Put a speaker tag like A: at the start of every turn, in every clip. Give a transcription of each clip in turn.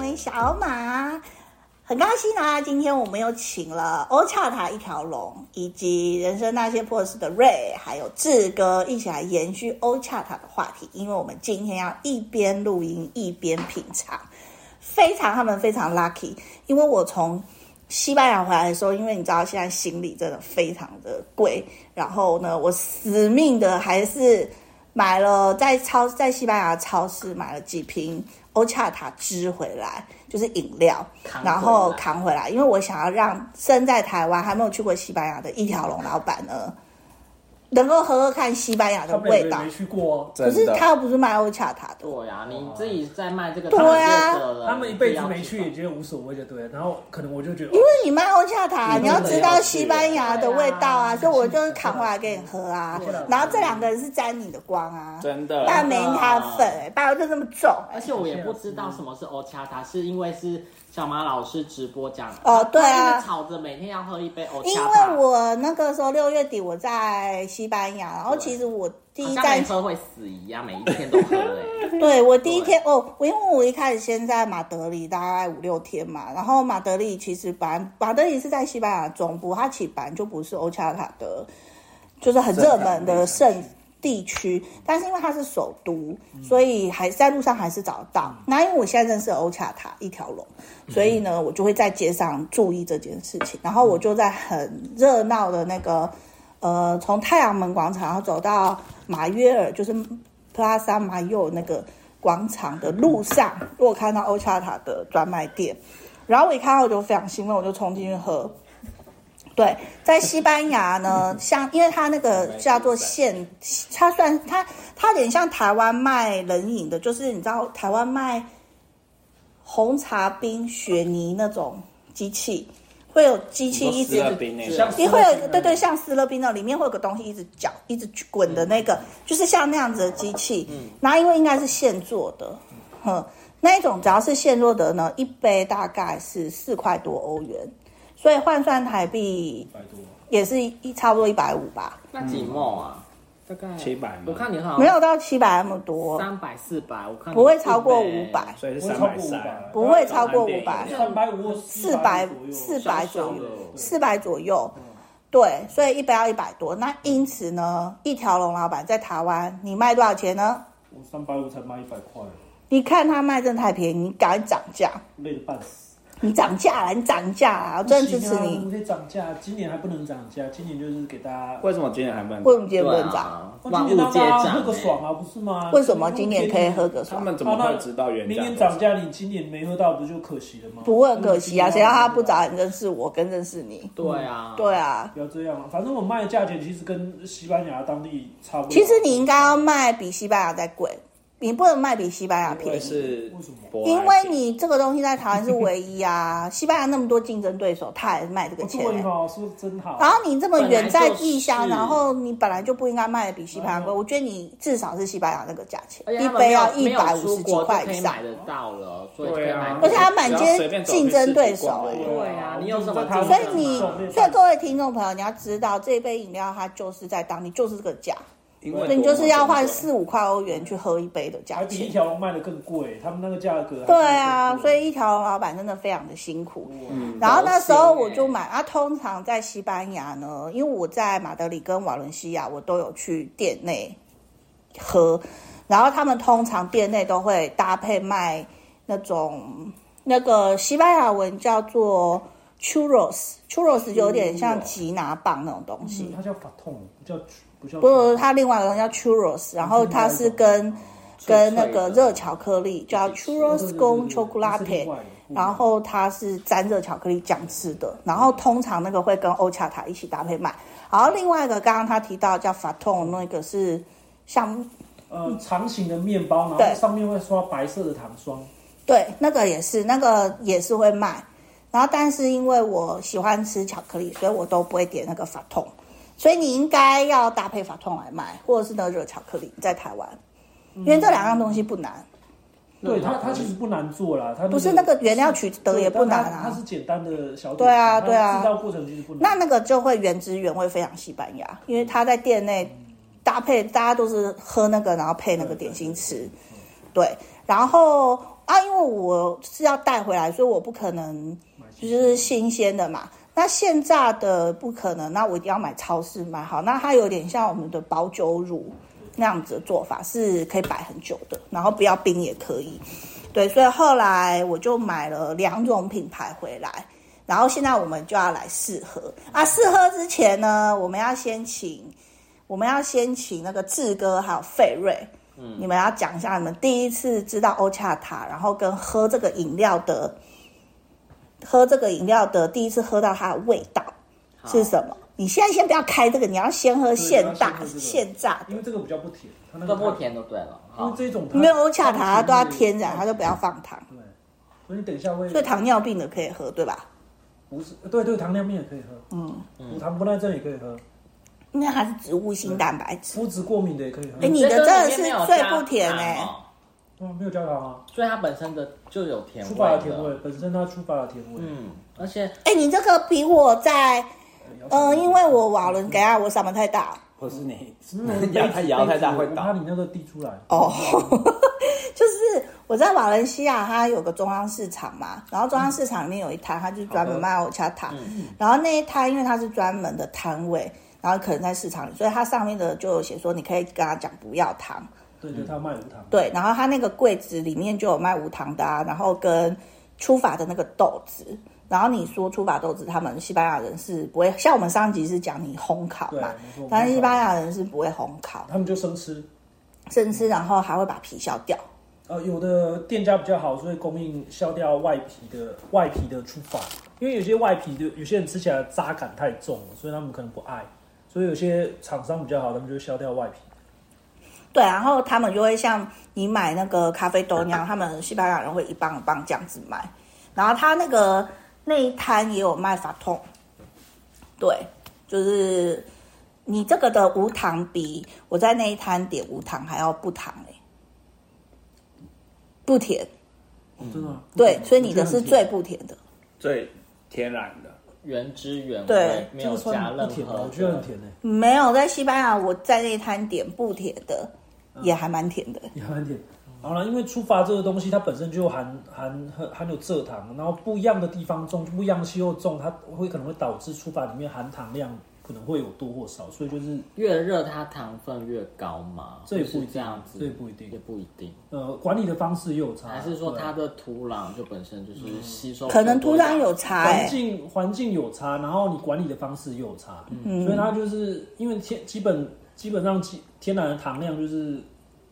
A: 位小马，很高兴啊！今天我们又请了欧恰塔一条龙，以及人生那些破事的瑞，还有志哥一起来延续欧恰塔的话题，因为我们今天要一边录音一边品尝，非常他们非常 lucky，因为我从西班牙回来的时候，因为你知道现在行李真的非常的贵，然后呢，我死命的还是买了在超在西班牙超市买了几瓶欧恰塔汁回来，就是饮料
B: 扛，回来
A: 然后扛回来，因为我想要让身在台湾还没有去过西班牙的一条龙老板呢，能够喝喝看西班牙的
C: 他们
A: 味
C: 也
A: 道
C: 没。去过、
A: 啊
C: 啊
A: 可
D: 真
A: 是
D: 的，
A: 他又不是卖欧恰塔的，
B: 对呀，你自己在卖这个
A: 对
B: 创
A: 啊
B: 业者
C: 哦，
B: 了，
C: 他们一辈子没去
B: 不要
C: 也觉得无所谓，就对了。然后可能我就觉得，
A: 因为你卖欧恰塔，你
B: 你
A: 要
B: 真的
A: 知
B: 要
A: 道
B: 去
A: 西班牙的味道啊，
B: 对啊
A: 所以我就是扛回来给你喝啊
C: 对啊。
A: 然后这两个人是沾你的光啊，
D: 真的，
A: 但没他份、欸，爸爸就这么重、
B: 而且我也不知道什么是欧恰塔，是因为是小马老师直播讲的
A: 哦对啊
B: 他一直吵着每天要喝一杯欧
A: 因
B: 恰塔，
A: 为我那个时候六月底我在西班牙，然后其实我第一
B: 好像
A: 站
B: 没喝会死一样，每一天都喝哎、
A: 对我第一天哦，我因为我一开始先在马德里大概五六天嘛，然后马德里其实本来马德里是在西班牙中部，它其实本来就不是欧恰塔的，就是很热门的圣地区，但是因为它是首都，所以还在路上还是找得到。那因为我现在认识欧恰塔一条龙，所以呢，我就会在街上注意这件事情，然后我就在很热闹的那个呃，从太阳门广场然后走到马约尔，就是 Plaza Mayor 那个广场的路上，我看到欧恰塔的专卖店，然后我一看到我就非常兴奋，我就冲进去喝。对，在西班牙呢，像因为它那个叫做现，它算它它有点像台湾卖冷饮的，就是你知道台湾卖红茶冰、雪泥那种机器，会有机器一直
D: 吃了冰那
B: 像
C: 哦
D: 种，
A: 因为会有一个对对，像斯乐冰那种里面会有个东西一直搅、一直滚的那个，就是像那样子的机器。嗯，那因为应该是现做的，哼，那一种只要是现做的呢，一杯大概是四块多欧元，所以换算台币
C: 百多，
A: 也是一差不多一百五吧，
B: 那几毛啊？大概
D: 700吗
B: 我看你好像
A: 没有到七百那么多，
B: 哦三百四百，我看你
A: 不会超过
B: 一杯
A: 五百，
D: 所以是
C: 不会超
D: 三百
C: 过五
D: 三
C: 百，，
A: 不会超过五百
D: 不。
C: 三百五、
A: 四百
C: 左右
A: 四
B: 小
A: 百
B: 小
A: 左
B: 的
A: 右，四百左右，对，所以一杯要一百多。那因此呢，一条龙老板在台湾，你卖多少钱呢？
C: 我三百五才卖一百块，
A: 你看他卖真的太便宜，你赶快涨价，
C: 累得半死。
A: 你涨价啦，你涨价啦，我真的支持
C: 不行啊
A: 你。
C: 我得涨价，今年还不能涨价，今年就是给大家，
D: 为什么今年还不能？
A: 为什么今天
B: 对
A: 不能涨？
B: 啊，
C: 哦
B: 万
C: 今
B: 物
C: 年
B: 皆
C: 大
B: 涨、
C: 家喝个
B: 欸。
C: 爽啊，不是吗？
A: 为什么今年
C: 啊
A: 可以喝个
D: 他
A: 爽？
D: 们怎么会知道原
C: 明年
D: 价？
C: 涨价，你今年没喝到，不就可惜了吗？
A: 不会很可惜啊，谁让他不
C: 涨？
A: 早点认识我跟认识你？
B: 对啊，
A: 对啊，
C: 不要这样啊！反正我卖的价钱其实跟西班牙当地差不多。啊
A: 其实你应该要卖比西班牙再贵，你不能卖比西班牙
D: 因为
A: 便宜。
D: 是
C: 为什么
D: 舶来品
A: 因为你这个东西在台湾是唯一啊，西班牙那么多竞争对手，他还卖这个
C: 哦不
A: 钱、
C: 错哈，说得真好。
A: 然后你这么远在异乡，
B: 本来就是
A: 然后你本来就不应该卖的比西班牙
C: 嗯
A: 贵，我觉得你至少是西班牙那个价钱
B: 而，且
A: 一
B: 他们
A: 杯
B: 没有
A: 要一
B: 没有
A: 百五
B: 出
A: 十几
B: 国就
A: 块
B: 可
A: 以
B: 以
A: 上
B: 买。得到了，所以就可以
D: 对啊
B: 买，
A: 而且他满街
D: 只要随便走
A: 竞争对手
D: 去逛
A: 欸
B: 对啊你有什么
C: 在台湾
A: 所以你
C: 这种，
A: 所以各位听众朋友，你要知道这杯饮料它就是在当地就是这个价，
D: 因
A: 所以
D: 为
A: 你就是要换
D: 四。
A: 四五块欧元去喝一杯的价
C: 还比一
A: 钱。
C: 条龙卖的更贵，他们那个价格还
A: 对啊，
C: 更贵
A: 所以一条龙老板真的非常的辛苦。
D: 嗯
A: 然后那时候我就
B: 买。
A: 买啊，通常在西班牙呢，因为我在马德里跟瓦伦西亚，我都有去店内喝，然后他们通常店内都会搭配卖那种那个西班牙文叫做 churros，churros 有点像吉拿棒那种东西，
C: 嗯它叫法痛，不叫不叫
A: 不是它另外一个叫 churros，然后它是
C: 哦
A: 跟跟那个热巧克力叫 churros con chocolate。然后它是沾热巧克力酱吃的，然
C: 嗯
A: 后通常那个会跟欧恰塔一起搭配卖。然后另外一个刚刚他提到叫法痛，那个是像
C: 呃长形的面包，然
A: 对
C: 后上面会刷白色的糖霜，
A: 对那个也是那个也是会卖。然后但是因为我喜欢吃巧克力，所以我都不会点那个法痛。所以你应该要搭配法痛来卖，或者是那个热巧克力在台湾，因为这两样东西不难，
C: 对它它其实不难做啦，它
A: 不是那个原料取得也不难
C: 嗯对但它它
A: 啊。
C: 是简单的小点
A: 对啊
C: 它
A: 对啊
C: 制造过程其实不难。
A: 那那个就会原汁原味，非常西班牙，因为他在店内搭配，大家都是喝那个，然后配那个点心吃。对，然后啊，因为我是要带回来，所以我不可能就是新鲜的嘛。那现榨的不可能，那我一定要买超市买好。那它有点像我们的保酒乳那样子的做法，是可以摆很久的，然后不要冰也可以。对，所以后来我就买了两种品牌回来，然后现在我们就要来试喝啊。试喝之前呢，我们要先请我们要先请那个志哥还有费瑞，嗯，你们要讲一下你们第一次知道欧恰塔，然后跟喝这个饮料的，喝这个饮料的第一次喝到它的味道
B: 好
A: 是什么？你现在先不要开这个，你要先喝现榨
C: 对要先喝这个
A: 现榨的
C: 因为这个比较不甜，它那
B: 这
C: 个
B: 个不，甜啊就对了。
C: 因为
B: 好，
C: 这种它
A: 没有欧恰塔，它都要
C: 糖
A: 天然，它就不要放糖，
C: 对，所以你等一下会
A: 所以糖尿病的可以喝，对吧？
C: 不是对对糖尿病也可以喝，
A: 嗯，
C: 乳糖不耐症也可以喝，
A: 因为它是植物性蛋白质。
C: 肤质过敏的也可以喝
A: 哎。你的真
B: 这
A: 的
B: 里面
A: 是
B: 没有
A: 最
B: 加
A: 不甜
B: 糖
A: 欸
B: 哦
C: 哇，没有加糖啊，
B: 所以它本身的就有甜
C: 出
B: 味
C: 发
B: 了
C: 的甜味，本身它出发的甜味。
B: 嗯，而且
A: 哎、你这个比我在，呃，因为我瓦伦给亚我嗓门太大
D: 或是你
C: 嗯
D: 摇太摇太大会
C: 怕
D: 倒，
C: 你那个滴出来。
A: 哦， 就是我在瓦伦西亚，它有个中央市场嘛，然后中央市场里面有一摊，它就是专门卖欧恰
C: 嗯
A: 塔，然后那一摊因为它是专门的摊位，然后可能在市场里，所以它上面的就有写说你可以跟他讲不要糖，
C: 对
D: 嗯
C: 对，它卖无糖。
A: 对，然后它那个柜子里面就有卖无糖的、啊，然后跟出法的那个豆子。然后你说出法豆子，他们西班牙人是不会像我们上集是讲你烘烤
C: 对
A: 嘛
C: 没错，
A: 但是西班牙人是不会烘烤，
C: 他们就生吃。
A: 甚至然后还会把皮削掉。
C: 呃，有的店家比较好，所以供应削掉外皮的外皮的出法，因为有些外皮的有些人吃起来渣感太重了，所以他们可能不爱，所以有些厂商比较好，他们就削掉外皮。
A: 对，啊然后他们就会像你买那个咖啡豆那样，他们西班牙人会一磅一磅这样子买。然后他那个那一摊也有卖法痛，对，就是你这个的无糖比我在那一摊点无糖还要不糖哎、不甜，
D: 嗯
C: 哦真的啊吗？
A: 对，所以你的是最不甜的。
D: 最天然的。
B: 原汁原
A: 对
B: 味，没
C: 这
B: 有
C: 个
B: 加
C: 算
B: 任
C: 不甜吧？
B: 何
C: 我觉得很
B: 的。
C: 甜呢、欸
A: 没有在西班牙，我在那一摊点不甜的，也还蛮甜的。
C: 也蛮甜。好了，因为出发这个东西，它本身就含含含含有蔗糖，然后不一样的地方种，不一样的气候种，它会可能会导致出发里面含糖量可能会有多或少，所以就是
B: 越热它糖分越高嘛，
C: 这也不一
B: 是
C: 定
B: 这样子，
C: 这也不一定
B: 也不一定。
C: 呃管理的方式也有差，
B: 还是说
C: 对啊嗯
B: 它的土壤就本身就是吸收，
A: 可能土壤有差、
C: 环
A: 欸，
C: 境环境有差，然后你管理的方式也有差，
A: 嗯
C: 所以它就是因为天基本基本上基天然的糖量就是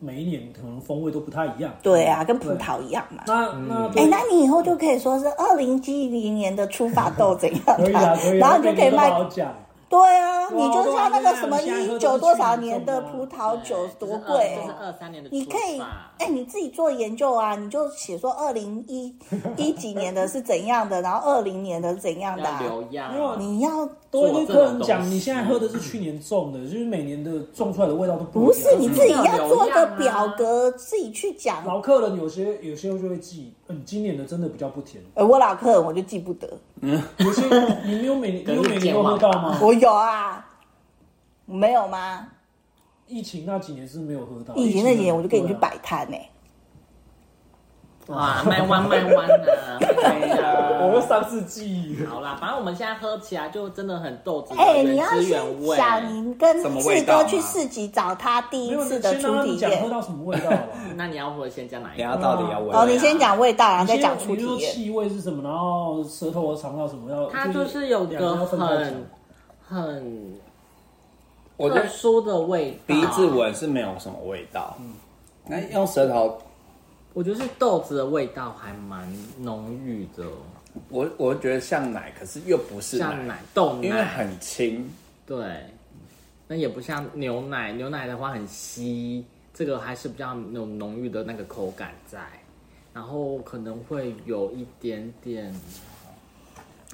C: 每一年可能风味都不太一样。
A: 对啊，跟葡
C: 对
A: 萄一样嘛。
C: 那那
A: 哎、
C: 对
A: 那你以后就可以说是二零一零年的出发豆怎样、
C: 可以啊，可以 啊，
A: 然后你就可以卖
C: 这个都好讲。
A: 对啊，
C: 对啊
A: 你就像那个什么
C: 对啊
A: 一
C: 对啊
A: 九多少年的葡萄
B: 对
A: 酒
B: 这是
A: 多
B: 二
A: 贵、啊
B: 这是二三年的出法，
A: 你可以哎、你自己做研究啊，你就写说二零一一几年的是怎样 的，然后二零年的是怎样的、
B: 要
A: 啊，
B: 留样，
C: 因为
A: 你要
C: 都会跟客人
B: 做这种东
C: 讲，
B: 西
C: 你现在喝的是去年种的，就是每年的种出来的味道都不
A: 不
C: 一样
A: 是你自己
B: 要
A: 要
B: 留
A: 做个
B: 样啊
A: 表格，自己去讲。
C: 老客人有些有些就会记，嗯，今年的真的比较不甜。
A: 呃，我老客人我就记不得，
C: 有些嗯你没有每年，
B: 可
C: 你
B: 是
C: 有每年都喝到
B: 健忘
C: 吗？
A: 我有啊，没有吗？
C: 疫情那几年是没有喝到。
A: 疫情那几年我就跟你去
C: 对啊
A: 摆摊欸呢、
B: 哇，卖弯卖弯啊，对
C: 啊我
B: 呀
C: 又。上次记，
B: 好啦，反正我们现在喝起来就真的很豆子的
A: 哎、你
B: 原
A: 要
B: 汁原
A: 先
B: 味。
A: 想你跟
D: 什么
A: 志
D: 味道
A: 哥
D: 吗
A: 去市集找他第
C: 没
A: 一
C: 有
A: 次
C: 先
A: 的
C: 让
A: 初
C: 他
A: 体
C: 们讲喝
A: 验。
C: 到什么味 道吧。
B: 那你要先加哪一
D: 等一
B: 个？
D: 下到底要啊闻？
A: 哦，你先讲味道，然后
C: 啊你
A: 再
C: 先
A: 讲初
C: 你
A: 体
C: 说
A: 验。
C: 气味是什么，然后舌头尝到什么要。
B: 它就是有
C: 两个
B: 个
C: 要分开讲
B: 很很
D: 我觉
B: 特
D: 得
B: 殊的味道，啊
D: 鼻子，闻是没有什么味道，
A: 嗯
D: 那用舌头，
B: 我觉得是豆子的味道还蛮浓郁的，
D: 我我觉得像奶，可是又不是
B: 像
D: 奶，
B: 奶豆
D: 因为
B: 奶，
D: 很轻。
B: 对，那也不像牛奶，牛奶的话很稀，这个还是比较有浓郁的那个口感在，然后可能会有一点点，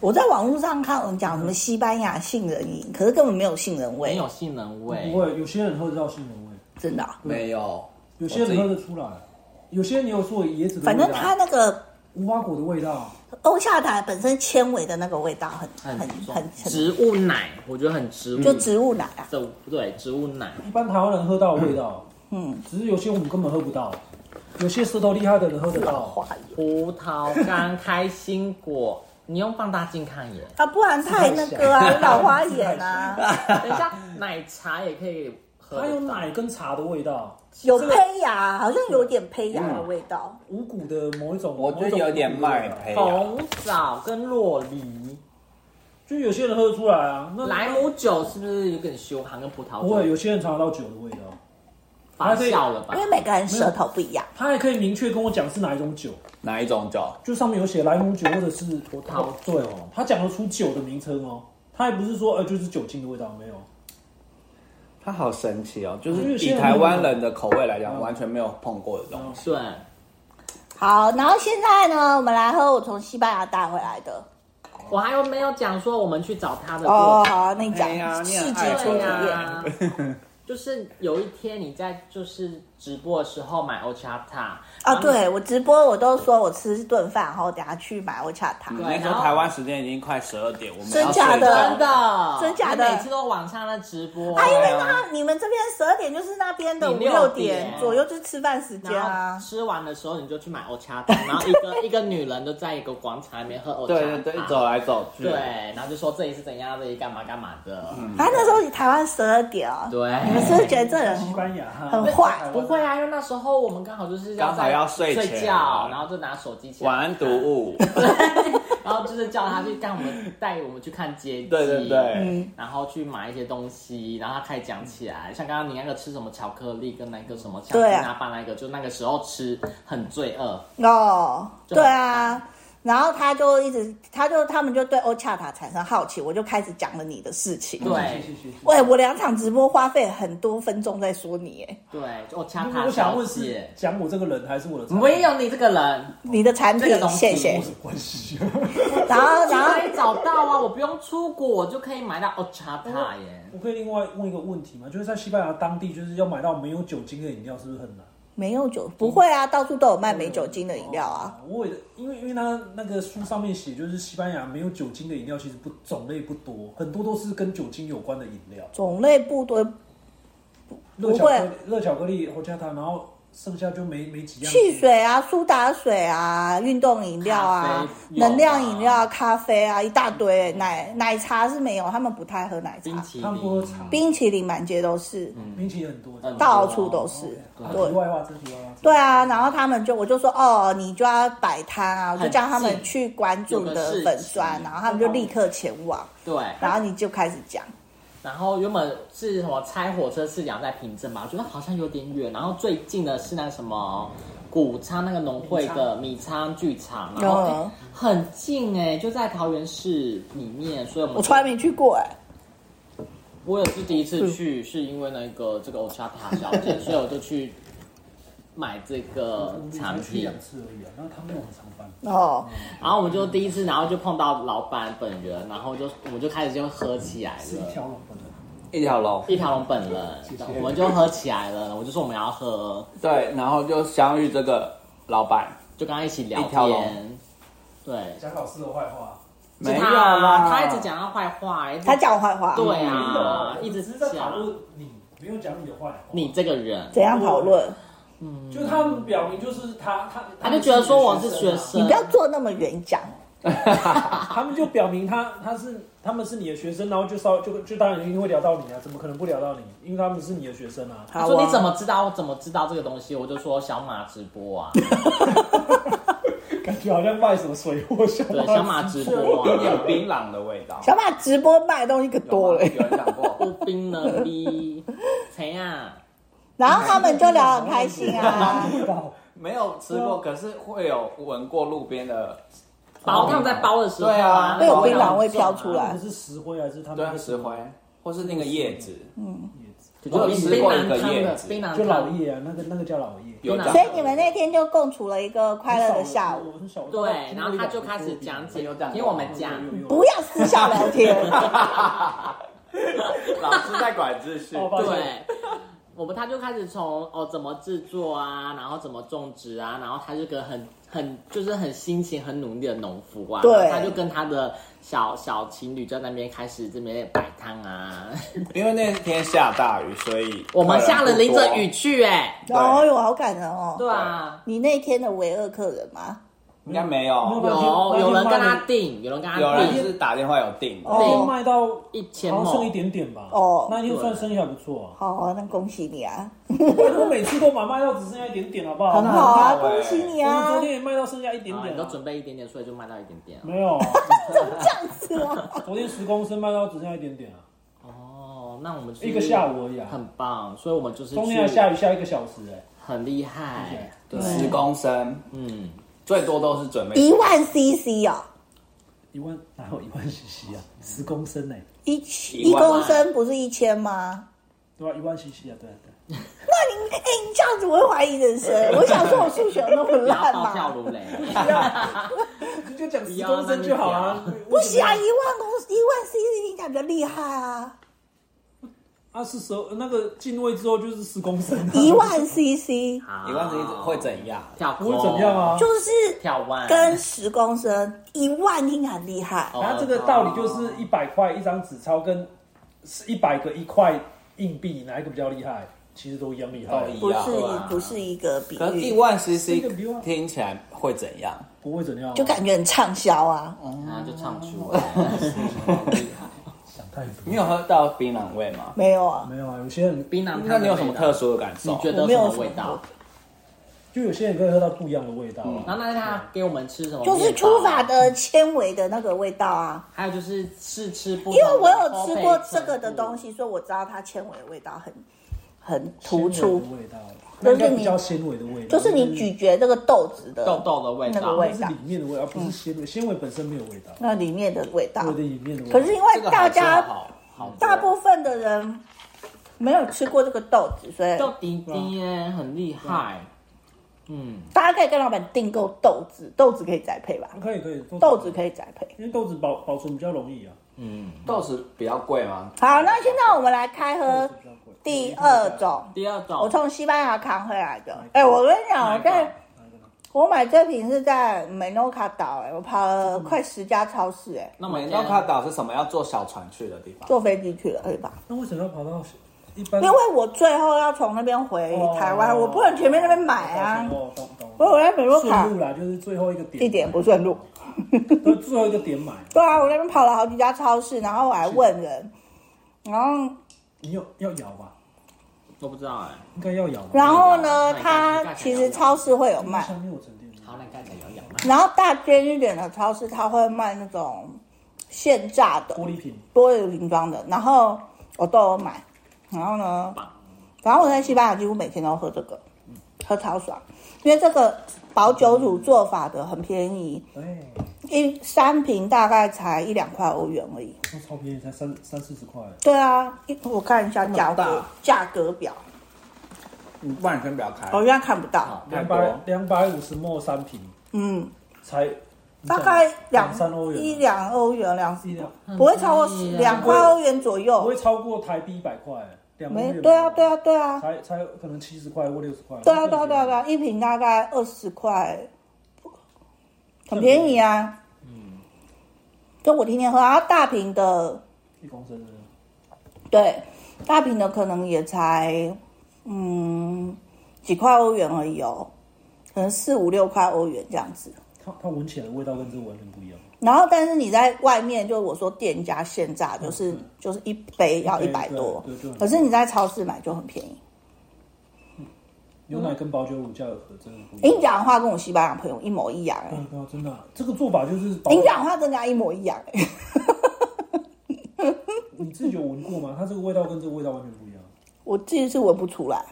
A: 我在网络上看有人讲什么西班牙杏仁饮，可是根本没有杏仁
B: 没
A: 味，
B: 有杏仁味
C: 不，会，有些人喝得到杏仁味，
A: 真的啊、
D: 没有，
C: 有些人喝得出来，有些人也有说椰子的
A: 反
C: 味道，
A: 正它那个
C: 无花果的味道。
A: 欧夏塔本身纤维的那个味道很很
B: 很
A: 很
B: 重
A: 很
B: 植物奶，我觉得很植物
A: 就植物奶啊。
B: 的对植物奶。
C: 一般台湾人喝到的味道，嗯，只是有些我们根本喝不到，有些舌头厉害的人喝得
A: 老
C: 到。
A: 花眼
B: 葡萄干、开心果，你用放大镜看耶。
A: 啊，不然太那个啊， 有老花眼啊，
B: 等一下，奶茶也可以喝
C: 它
B: 得
C: 有
B: 到。
C: 奶跟茶的味道，
A: 有
C: 这个
A: 胚芽，好像有点胚芽
C: 嗯
A: 的味道。
C: 五谷的某一种，
D: 我觉得有点麦
C: 配，
D: 胚啊芽，
B: 红枣跟洛梨，
C: 就有些人喝得出来啊。那
B: 莱姆酒是不是有点羞寒？跟葡萄
C: 不会，
B: 酒
C: 有些人尝得到酒的味道。
B: 发酵了吧
C: 嗯
A: 因？为每个人舌头不一样，
C: 他还可以明确跟我讲是哪一种酒，
D: 哪一种酒？
C: 就上面有写莱姆酒或者是葡
B: 萄酒
C: 对哦，他讲得出酒的名称哦，他还不是说呃就是酒精的味道没有。
D: 它好神奇哦，就
C: 因为
D: 是
C: 现
D: 以
C: 在
D: 台湾人的口味来
C: 嗯
D: 讲，完全没有碰过的东西。
B: 对，
A: 好，然后现在呢，我们来喝我从西班牙带回来的。
B: 我还有没有讲说我们去找他的
A: 哦
B: 过，程？
A: 好啊，那你讲
D: 哎呀你
A: 细
D: 很
A: 节
D: 爱
A: 处
B: 对
A: 理
B: 呀、
A: 点。啊
B: 就是有一天你在就是直播的时候买 Ochata
A: 啊，，对我直播我都说我吃顿饭，然后等下去哎买我恰糖
D: 嗯。
B: 对
D: 那时
B: 然后
D: 候台湾时间已经快十二点，我们
A: 真
D: 要睡
A: 假
D: 觉
A: 的
B: 真
D: 了。
B: 的
A: 真假的
B: 你每次都晚上在直播，
A: 啊，因为那你们这边十二点就是那边的
B: 哎你
A: 五
B: 六
A: 六
B: 点
A: 点左右，就是吃饭时间
B: 然
A: 啊
B: 后。吃完的时候你就去买 Ochata，然后一 个一个女人就在一个广场里面喝 Ochata，
D: 对对对，走来走去。
B: 对，然后就说这里是怎样，这里干嘛干嘛的，
D: 嗯
A: 啊，那时候你台湾十二点啊，
B: 对。
A: 你们是不是觉得这人
C: 西班牙
A: 很坏
B: 不会啊，因为那时候我们刚好就是
D: 刚好
B: 在
D: 要睡前
B: 睡觉，然后就拿手机起来
D: 晚安读物，
B: 然后就是叫他去带我们带我们去看街机，嗯
D: 对对对，
B: 然后去买一些东西，然后他开始讲起来，像刚刚你那个吃什么巧克力跟那个什么香
A: 对啊
B: 槟啊，拌那个，就那个时候吃很罪恶，
A: 哦，
B: 就很
A: 对啊。然后他就一直，他就他们就对欧恰塔产生好奇，我就开始讲了你的事情。
B: 对
C: 谢谢谢谢。
A: 喂，我两场直播花费很多分钟在说你，哎，
B: 对，就恰
C: 我
B: 啊他
C: 我想
B: 小
C: 问是
B: 姐，
C: 讲我这个人还是我的产品？
B: 没有你这个人，
A: 你的产品
B: 这个东，西
A: 谢谢
C: 没。什么关系。
A: 然后，然后
B: 可以找到啊，我不用出国我就可以买到 o c h a t a 耶。
C: 我可以另外问一个问题吗？就是在西班牙当地，就是要买到没有酒精的饮料，是不是很难？
A: 没有酒，不会啊，到处都有卖没酒精的饮料啊。
C: 哦。我也因为因为它那个书上面写，就是西班牙没有酒精的饮料其实不种类不多，很多都是跟酒精有关的饮料，
A: 种类不多，
C: 热巧克力、热巧克力、红加糖，然后剩下就没没几样。
A: 汽水啊、苏打水啊、运动饮料啊
B: 咖、啡有啊
A: 能量饮料、啊、咖啡啊，一大堆。奶奶茶是没有，他们不太喝奶
B: 冰
A: 茶。
B: 淇
C: 他们不喝
B: 淋，
C: 茶，
A: 冰淇淋满街都是，
C: 冰淇淋很多。
B: 嗯
A: 到处都是。
B: 哦
C: 啊
A: 对
C: 题外话，这题外话。
A: 对啊，然后他们就我就说哦，你就要摆摊啊，我就
B: 很
A: 叫他们
B: 近
A: 去关注你
B: 有个嗯
A: 的
B: 市
A: 粉
B: 集
A: 砖，然后他们就立刻前往，
B: 对，
A: 然后你就开始讲。
B: 然后原本是什么拆火车市场在平镇嘛，我觉得好像有点远。然后最近的是那个什么谷仓那个农会的米仓剧场，然后、
A: 嗯
B: 诶很近哎、就在桃园市里面，所以我们
A: 我从来没去过哎、
B: 我也是第一次去，是因为那个这个 Ochata 小姐，所以我就去买这个
C: 我们嗯才
B: 产
C: 去
B: 品。
C: 两次而已啊，那他没有很常搬。
A: 哦，
B: 然后我们就第一次，然后就碰到老板本人，然后就我们就开始就喝起来
C: 是一
B: 了。
C: 条龙的人，
D: 一条龙。
B: 一条龙本人，我们就喝起来了。我就说我们要喝，
D: 对，然后就相遇这个老板，
B: 就跟他一起聊
D: 一条
B: 天
D: 龙。
B: 对，
C: 讲老师的坏话。
D: 没
B: 是
D: 有
B: 他
D: 啦，
B: 啊，他一直讲他坏话，一直
A: 他讲我坏话，
B: 对
C: 没有
B: 啊
C: 啊，
B: 一直
C: 只是在讨
B: 讲
C: 论你，没有讲你的坏话。
B: 你这个人，
A: 怎样讨论？
B: 嗯
C: 就是他们表明，就是他他
B: 他就觉得说我是学
C: 啊
A: 你
B: 生啊
A: 不，要做那么远讲。
C: 他们就表明他他是他们是你的学生，然后就稍就就当然一定会聊到你啊，怎么可能不聊到你？因为他们是你的学生啊。
B: 他
A: 好
B: 说
A: 啊
B: 你怎么知道？我怎么知道这个东西？我就说小马直播啊，
C: 感觉好像卖什么水货小
B: 对，小马直播
D: 有点
B: 啊，
D: 槟榔的味道。
A: 小马直播卖的东西可多了
D: 有。人讲过，
B: 不 冰了逼，谁呀？啊
A: 然后他们就聊得很开心啊，
B: 嗯
D: 没有吃过，可是会有闻过路边的
B: 包他们在包的时候
D: 对啊
A: 会有槟榔
B: 然后
A: 味飘出
C: 他
A: 来
C: 们。是石灰还是他们
D: 对
C: 那
D: 啊
C: 个
D: 石灰，或是那个叶子，
B: 嗯就
D: 我有
B: 冰
D: 吃过一
B: 榔
D: 个
B: 汤
D: 叶
B: 的
D: 子
B: 冰榔
C: 就老
B: 汤，
C: 叶啊，那个那个叫老叶。
D: 有
B: 对
D: 讲
A: 所以你们那天就共处了一个快乐的下午。
C: 我很小，
B: 对，然后他就开始讲解
D: 有讲，
B: 听我们讲，
A: 不要私下聊天， 哎
D: 老师在管秩 序，
C: 哦抱歉
B: 对，我们他就开始从哦怎么制作啊，然后怎么种植啊，然后他就个很很就是很辛勤、很努力的农夫啊。
A: 对
B: 然后他就跟他的小小情侣在那边开始这边摆摊啊。
D: 因为那天下大雨，所以
B: 我们下了
D: 客人
B: 淋
D: 不多
B: 着雨，去、哎，
D: 对
A: 哦哟，好感人哦。
B: 对啊，
A: 你那天的唯二客人吗？
D: 应该没
C: 没
D: 有，
C: 那天
B: 有有人跟
C: 那
B: 他
C: 天
B: 订，有人跟他
D: 有人
B: 订
D: 是打电话有订的，
C: 那
A: 哦
C: 天卖到
B: 一千
C: 好像剩
B: 亩
C: 一，点点吧。
A: 哦
C: 那一天算生意还不错啊。
A: 好、啊，那恭喜你啊，
C: 我每次都把卖到只剩下一点点，好不好？
A: 很好啊，
D: 那很好欸
A: 恭喜你
C: 我们
A: 啊
C: 昨，天也卖到剩下一点
B: 啊
C: 点、
B: 你都准备一点点，所以就卖到一点点啊。
C: 没有啊？
A: 这样子啊，
C: 昨天十公升卖到只剩下一点点啊，
B: 哦，那我们就是
C: 一个下午而已啊。
B: 很棒，所以我们就是
C: 中间还
B: 去
C: 下雨下一个小时哎、
B: 很厉害，对，
D: 十公升，
B: 嗯，
D: 最多都是准备
A: 一万 CC 哦，
C: 一万哪有一万 CC 啊？十公升哎、
A: 一千一
D: 一万啊
A: 公升不是一千吗？
C: 对吧、一万 CC 啊，对啊对啊。
A: 那你哎、你这样子我会怀疑人生。我想说我数学有那么
B: 不要
A: 烂
B: 暴跳
A: 嘛，
B: 如 雷，
C: 你就讲十公升就好啊。
A: 不行啊，一万公一万 CC 你感觉厉害啊，
C: 啊，是时候那个进位之后就是十公升、啊，
A: 一万 CC
B: 好
D: 一万是一会怎样？
B: 跳
C: 不
B: 空
C: 会怎么样啊？
A: 就是
B: 跳弯，
A: 跟十公升一万听起来很厉害，
B: 哦
C: 啊它这个道理就是一百块一张纸钞跟是一百个一块硬币，哪一个比较厉害？其实都一样厉害
D: 都，一
A: 不
D: 样
A: 是
D: 啊
A: 不是一个比
D: 可是一
A: 喻，
D: 万
C: 一
D: CC
C: 个不用
D: 听起来会怎样？
C: 不会怎样、啊。
A: 就感觉很畅销啊。
B: 然后就唱出 来。
C: 想太多
D: 你有喝到槟榔味吗？
A: 没有啊，
C: 没有啊，有些人
B: 槟榔，
D: 那你有什么特？殊的感受？
B: 你觉
A: 我
B: 得有
A: 没
B: 什
A: 有
B: 么
A: 什
B: 味
A: 么
B: 道？
C: 就有些人可以喝到不一样的味道啊、
B: 然后那他给我们吃什么？
A: 就是出法，的纤维的那个味道啊。
B: 还有就是试吃不同的
A: 因为我有吃过这个的东
B: 口
A: 西，所以我知道它纤维的味道很很
C: 纤
A: 突
C: 维的
A: 出，
C: 味嗯道，啊
A: 就是
C: 那
A: 你
C: 应该比较纤维的味道，
A: 就是你咀嚼这个豆子的
B: 配豆豆的味
A: 那个
B: 道，
A: 味
C: 那是里面的
A: 嗯
C: 味道，而不是纤维，纤维本身没有味道，
A: 那里面的味道
C: 有。的里面的味道。
A: 嗯可是因为
D: 这个
A: 大
D: 好吃
A: 家
D: 好好多
A: 大部分的人没有吃过这个豆子，所以
B: 豆滴滴耶，很厉害。嗯，
A: 大家可以跟老板订购豆子，豆子可以栽培吧？
C: 可以可以，豆
A: 豆子可以栽培。
C: 因为豆子保保存比较容易啊，
D: 豆豉比较贵吗？
A: 好，那现在我们来开
C: 豆
A: 喝
C: 子比较贵。
A: 第二种，
B: 第二种
A: 我从西班牙扛回来的。哎、我跟你讲，
B: 哪
A: 我
B: 一个
A: 在我买这瓶是在美诺卡岛、哎，我跑
C: 嗯
A: 了快十家超市、哎，
B: 那
D: 那
B: 我们
D: 美
B: 今
D: 诺
B: 天
D: 卡岛是什么？要坐小船去的地方？
A: 坐飞机去了，对吧？
C: 那为什么要跑到一般？
A: 因为我最后要从那边回台湾，我不能前面那边买啊。
C: 哦，懂懂。
A: 我我在美国卡
C: 顺路啦，就是最后一个点，
A: 地点不顺路，
C: 都最后一个点买。
A: 对啊，我那边跑了好几家超市，然后我还问人，然后
C: 你有要摇吧？
B: 我不知道哎。
C: 应该要摇吧。
A: 然后呢，
B: 那你
A: 它
B: 大概
A: 其
B: 想
A: 实
B: 要
A: 超市会有卖，
C: 下面有沉淀物。
B: 好，那你看起来有痒吗？
A: 然后大间一点的超市它会卖那种现榨的
C: 玻璃瓶，
A: 玻璃瓶装的，然后我都有买。然后呢，然后我在西班牙几乎每天都喝这个，嗯喝超爽，因为这个保酒乳做法的很便宜，
C: 哎，
A: 一三瓶大概才一两块欧元而已。
C: 那超便宜，才三三四十块。
A: 对啊，一我看一下价
D: 这么
A: 格
D: 大
A: 价格表，
D: 你不然先不要
C: 哎
D: 开
A: 我现在看不到
B: 好。
D: 太
C: 两
D: 多
C: 百两百五十墨三瓶，
A: 嗯，
C: 才
A: 大概两
C: 两三欧元，啊
A: 一两欧元，两
C: 一两，
A: 不会超过十
B: 嗯
A: 两块欧元左
C: 不
A: 右
C: 会。超过台币一百块，两欧
A: 没
C: 元
A: 对啊，对啊，，对啊，
C: 才才可能七十块或六十块，
A: 对啊，对啊，对啊，对啊，一瓶大概二十块，很便宜啊。嗯，就我天天喝啊，大瓶的
C: 一公升的，
A: 对，大瓶的可能也才嗯几块欧元而已哦，可能四五六块欧元这样子。
C: 它它闻起来的味道跟这个完全不一样，
A: 然后，但是你在外面，就是我说店家现榨，就是、就是一杯要一
C: 一杯
A: 百多
C: 对对就，很
A: 可是你在超市买就很便宜。
C: 牛奶跟保酒乳价格真的不一
A: 诶
C: 样
A: 你。讲的话跟我西班牙朋友一模一样、
C: 对
A: 欸，
C: 啊对啊，真的啊，这个做法就是保
A: 你讲的话真的一模一样、欸，
C: 你自己有闻过吗？它这个味道跟这个味道完全不一样。
A: 我自己是闻不出来。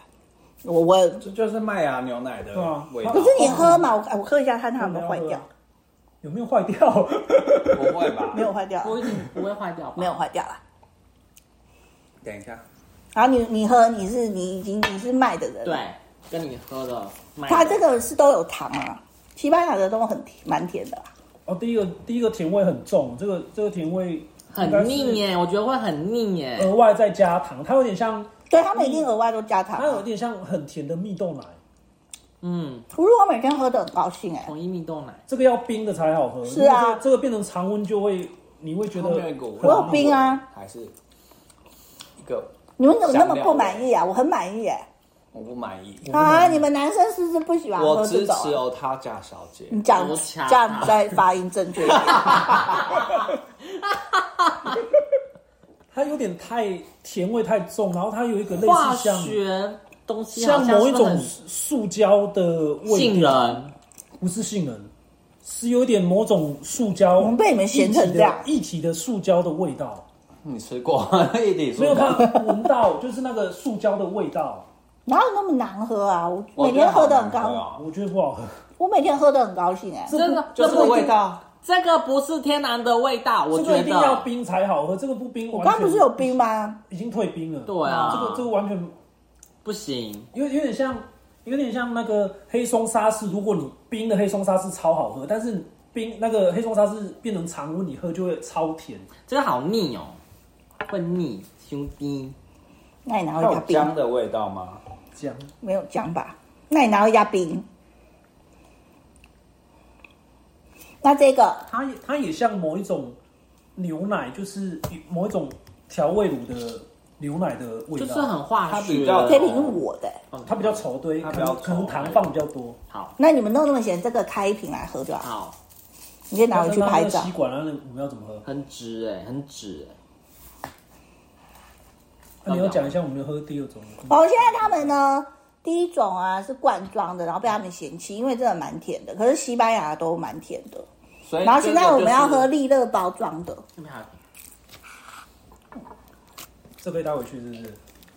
A: 我闻，
D: 这就是麦芽牛奶的
C: 对啊
D: 味道，
A: 可是你喝嘛，我我喝一下看它有没有坏掉，
C: 有没有坏掉？
D: 不会吧
A: 没？有坏掉啊，
B: 不一定不会坏掉吧？
A: 没有坏掉啦。
D: 等一下，
A: 然后你你喝，你是你已经你是卖的人，，
B: 对，跟你喝的麦
A: 它这个是都有糖啊，西班牙的都很甜，蛮甜的啦。
C: 哦，第一个第一个甜味很重，这个这个甜味
B: 很腻耶，我觉得会很腻耶。
C: 额外再加糖，它有点像
D: 嗯
A: 对他们一定额外都加糖
C: 它有
A: 啊，
C: 点像很甜的蜜豆奶，
A: 可是我每天喝的很高兴哎、
B: 统嗯一蜜豆奶，
C: 这个要冰的才好喝。
A: 是啊
C: 如果这个这个变成常温就会，你会觉得
D: 后面有一个
A: 我有冰啊，
D: 还是一个
A: 你们怎么那么不满意啊？我很满意哎、
D: 我不满意。
A: 啊，你们男生是不是不喜欢
D: 我
A: 喝这
D: 支
A: 种啊？
D: 持哦欧他家小姐，
A: 你讲
B: 我
A: 这
B: 掐
A: 样再发音正确一点。
C: 它有点太甜味太重，然后它有一个类
B: 化
C: 似像
B: 学东西好
C: 像某一
B: 是
C: 种
B: 很
C: 塑胶的味道
B: 杏，仁，
C: 不是杏仁，是有点某种塑胶。
A: 我们被你们嫌成这样
C: 一体的一体的塑胶的味道，
D: 你吃过 一点
C: 没有
D: 说
C: 它闻到就是那个塑胶的味道，
A: 哪有那么难喝啊？我
D: 我
A: 每
D: 觉得
A: 天
D: 好
A: 喝的
D: 难
A: 很
D: 喝
A: 高，
D: 哦
C: 我觉得不好喝。
A: 我每天喝的很高兴哎、
C: 这
B: 真
C: 不
B: 的
D: 就
B: 这
D: 这
B: 不
D: 个
B: 一定
D: 味道，
B: 这个不是天然的味道，我
C: 这
B: 觉
C: 个
B: 得
C: 一定要冰才好喝，这个不冰
A: 我
C: 完全
A: 刚不是有冰吗？
C: 已经退冰了。
B: 对啊
C: 这个这个完全
B: 不行，
C: 有有点像，有点像那个黑松沙士。如果你冰的黑松沙士超好喝，但是冰那个黑松沙士变成常温，你喝就会超甜。
B: 这个好腻哦，会腻，兄弟。
A: 那你拿
D: 它
A: 回
D: 有
A: 家
D: 姜
A: 冰？
D: 的味道吗？
C: 这样
A: 没有姜吧？那你拿回家冰？那这个
C: 它也它也像某一种牛奶，就是某一种调味乳的牛奶的味
B: 就
C: 道，
B: 是很化
D: 它
B: 学
D: 比。较
A: 这瓶是我的欸、
C: 它比较稠对，
D: 它
C: 可
D: 比较
C: 能
D: 稠
C: 可能糖放比较多。
B: 好，
A: 那你们弄那么咸，这个开一瓶来喝就好，
B: 好，
A: 你先拿回去
C: 那那
A: 拍
C: 那
A: 照。
C: 吸管啊，那我们要怎么喝？
B: 很直哎、很直哎、
C: 啊那你要讲一下我们喝第二种的。
A: 哦，现在他们呢，第一种啊是罐装的，然后被他们嫌弃，因为真的蛮甜的。可是西班牙都蛮甜的。
D: 所以
A: 然后现在我们要
D: 这
A: 喝
D: 个就是
A: 利乐包装的，
B: 这边还有一瓶
C: 这可以带回去是不是？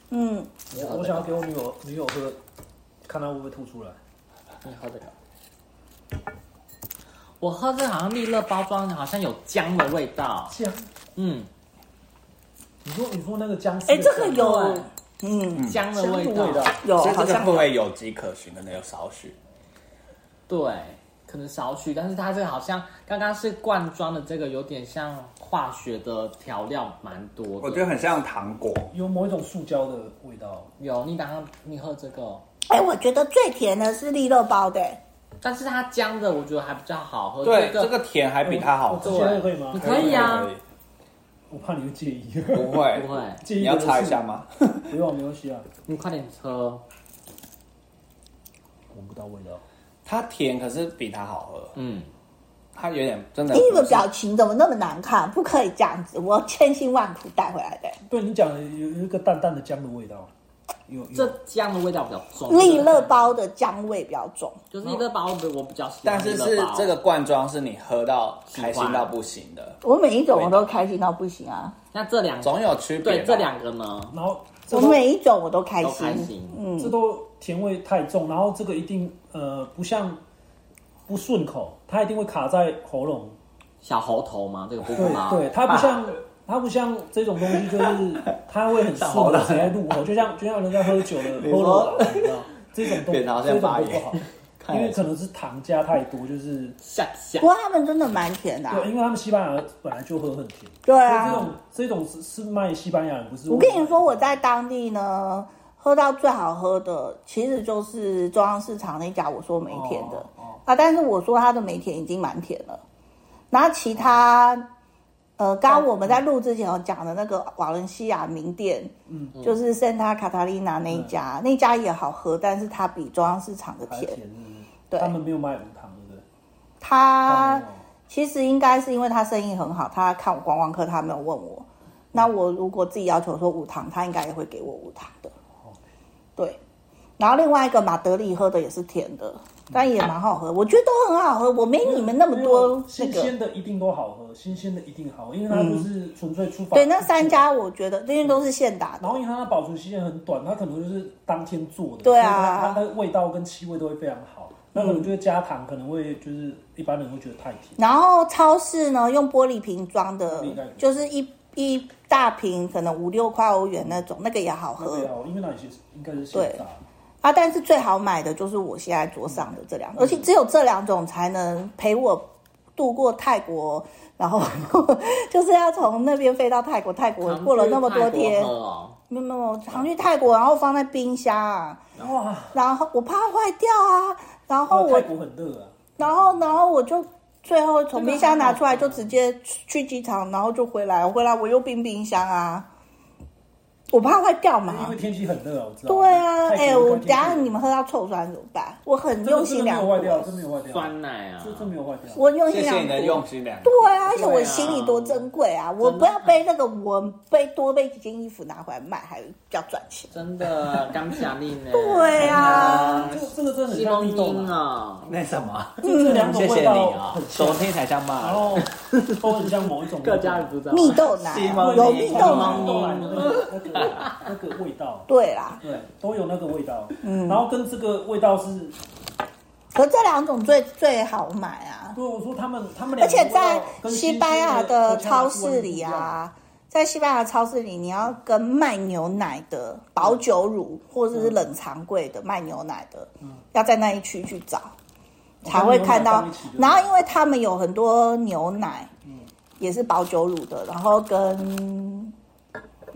A: 嗯，
C: 我我想要给我女友女友喝，看她会不会吐出来。
B: 你喝这个。我喝这个好像利乐包装，好像有姜的味道。
C: 姜，
B: 嗯，
C: 你说你说那个啊姜丝的
A: 哎、
C: 酱，
A: 这个有
B: 对，
A: 嗯，
B: 姜的
C: 姜的
B: 味
C: 味
B: 道。
C: 道，
A: 有，
D: 所以
A: 好
D: 这个
A: 像
D: 会不会有迹可循的那个少许？
B: 对，可能少许，但是它这个好像刚刚是罐装的，这个有点像化学的调料，蛮多的。
D: 我觉得很像糖果，
C: 有某一种塑胶的味道。
B: 有，你打上你喝这个，哦
A: 哎、我觉得最甜的是利乐包的、哎
B: 但是它姜的我觉得还比较好喝。
D: 对，
B: 这
D: 这
B: 个
D: 个甜还比它好哎
C: 我
D: 吃
A: 嗯
C: 我。直接哦喝可以吗
B: 你？可以啊
D: 可以
C: 我怕你会介意。
D: 可以不会
B: 不会，
C: 介意
D: 你要擦一下吗？
C: 不用，没关系啊。
B: 你快点喝。嗯
C: 闻不到味道。
D: 它甜，可是比它好喝。
B: 嗯，
D: 它有点真的
A: 哎、你
D: 不
A: 们
D: 是，
A: 表情怎么那么难看？不可以这样子，我千辛万苦带回来的、
C: 对你讲的有有一个淡淡的姜的味道，有有
B: 这姜的味道比较重。
A: 利乐包的姜味比较重，
B: 就是利乐包的，我比较喜欢
D: 但
B: 利
D: 是
B: 乐包。
D: 是这个罐装是你喝到开心到不行的，
A: 我每一种我都开心到不行啊，
B: 那这两
D: 总有区别
B: 对
D: 吧。
B: 这两个呢
C: 然后这
A: 我
C: 都
A: 每一种我都开
B: 都
A: 心，
B: 开心。
C: 这
A: 嗯，
C: 都甜味太重，然后这个一定呃不像不顺口，它一定会卡在喉咙。
B: 小猴头吗？这个部分吗？啊
C: 对对，它不像。它不像这种东西，就是它会很顺的直接入口，就像就像人家喝酒的喝
D: 说
C: 老你知道这种东
D: 扁桃腺
C: 这种
D: 发
C: 都
D: 炎
C: 不好。因为可能是糖加太多，就是
B: 下下
A: 不。过他们真的蛮甜的啊、
C: 对，因为他们西班牙本来就喝很甜，
A: 对
C: 所以这
A: 啊
C: 种。这种是是卖西班牙人，不是哦
A: 我跟你说，我在当地呢喝到最好喝的，其实就是中央市场那家我说梅甜的、
C: 哦
A: 啊，但是我说它的梅甜已经蛮甜了。然后其他，呃，刚刚我们在录之前有讲的那个瓦伦西亚名店，嗯，就是 Santa Catalina 那一家，那家也好喝，但是它比中央市场的
C: 还甜
A: 甜。
C: 是不是
A: 对啊
C: 他们没有卖无糖，对不对？
A: 它
C: 没有
A: 其实应该是因为他生意很好，他看我观光客，他没有问我。那我如果自己要求说无糖，他应该也会给我无糖的。对，然后另外一个马德里喝的也是甜的，但也蛮好喝，我觉得都很好喝。我没你们那么多那
C: 新
A: 个。嗯
C: 鲜的一定都好喝，新鲜的一定好，因为它不是纯粹出发。
A: 对，那三，家我觉得因为都是现打
C: 然
A: 的，
C: 后因为它的保存期限很短，它可能就是当天做的，
A: 对啊
C: 所以它它的味道跟气味都会非常好。那可能就是加糖，可能会就是一般人会觉得太甜。
A: 然后超市呢用玻璃瓶装的
C: 应该可以，
A: 就是一一大瓶，可能五六块欧元那种，那个也好喝。
C: 对啊，因为那些应该是
A: 对
C: 现榨，
A: 啊，但是最好买的就是我现在桌上的这两个，而且只有这两种才能陪我渡过泰国，然后 就是要从那边飞到泰国，泰国过了那么多天，
B: 哦，
A: 没有没有，常去泰国，然后放在冰箱啊，
C: 哇，
A: 然后我怕它坏掉啊，然后
C: 泰
A: 我，
C: 国很热啊，
A: 然后然后我就最后从冰箱拿出来，就直接去去机场，然后就回来，回来我又冰冰箱啊，我怕坏掉嘛。
C: 因为天气很热啊，我知道。
A: 对啊，
C: 泰国
A: 哎、
C: 的
A: 我等
C: 天气
A: 一下你们喝到臭酸怎么办？我很
C: 真的
A: 用心
C: 真的
A: 良
C: 没有
A: 苦
C: 坏，掉，真没有坏掉，
B: 酸奶啊
C: 这， 这没有坏掉。
A: 我用
D: 谢
A: 心
D: 谢
A: 良
D: 你
A: 苦。
D: 的用心良苦。
A: 对啊，而且我
B: 对啊
A: 心里多珍贵啊！我不要背那个，我背多背几件衣服拿回来卖，还比较赚钱。
B: 真的刚下令呢。
A: 对啊，
C: 这个这个真的很
B: 西
C: 像
B: 蒙
C: 蜜豆
B: 丁
C: 啊，
B: 啊，
D: 那什么，
C: 这这两种
D: 谢
C: 味
D: 谢你
C: 道
D: 啊
C: 很，像
D: 昨，天才像骂
C: 然
D: 人，
C: 后都很像某一种味道
B: 各家的主张。
A: 蜜豆奶啊
D: 西蒙
A: 有
D: 尼
A: 蜜
C: 豆
A: 豆
C: 来
A: 奶，
C: 豆来的那个那个那个味道，啊
A: 对啦。
C: 对，都有那个味道。嗯，然后跟这个味道是，
A: 可这两种最最好买啊，
C: 对我说他们他们
A: 而
C: 两个
A: 且
C: 味
A: 在
C: 道跟新
A: 西
C: 鲜
A: 班牙的
C: 国家
A: 超
C: 是
A: 市
C: 完全不一
A: 里
C: 样，
A: 啊，在西班牙超市里，你要跟卖牛奶的保酒乳或者是冷藏柜的卖牛奶的，要在那一区去找，才会看到
C: 跟牛奶放一起。就
A: 然后因为他们有很多牛奶，也是保酒乳的，然后跟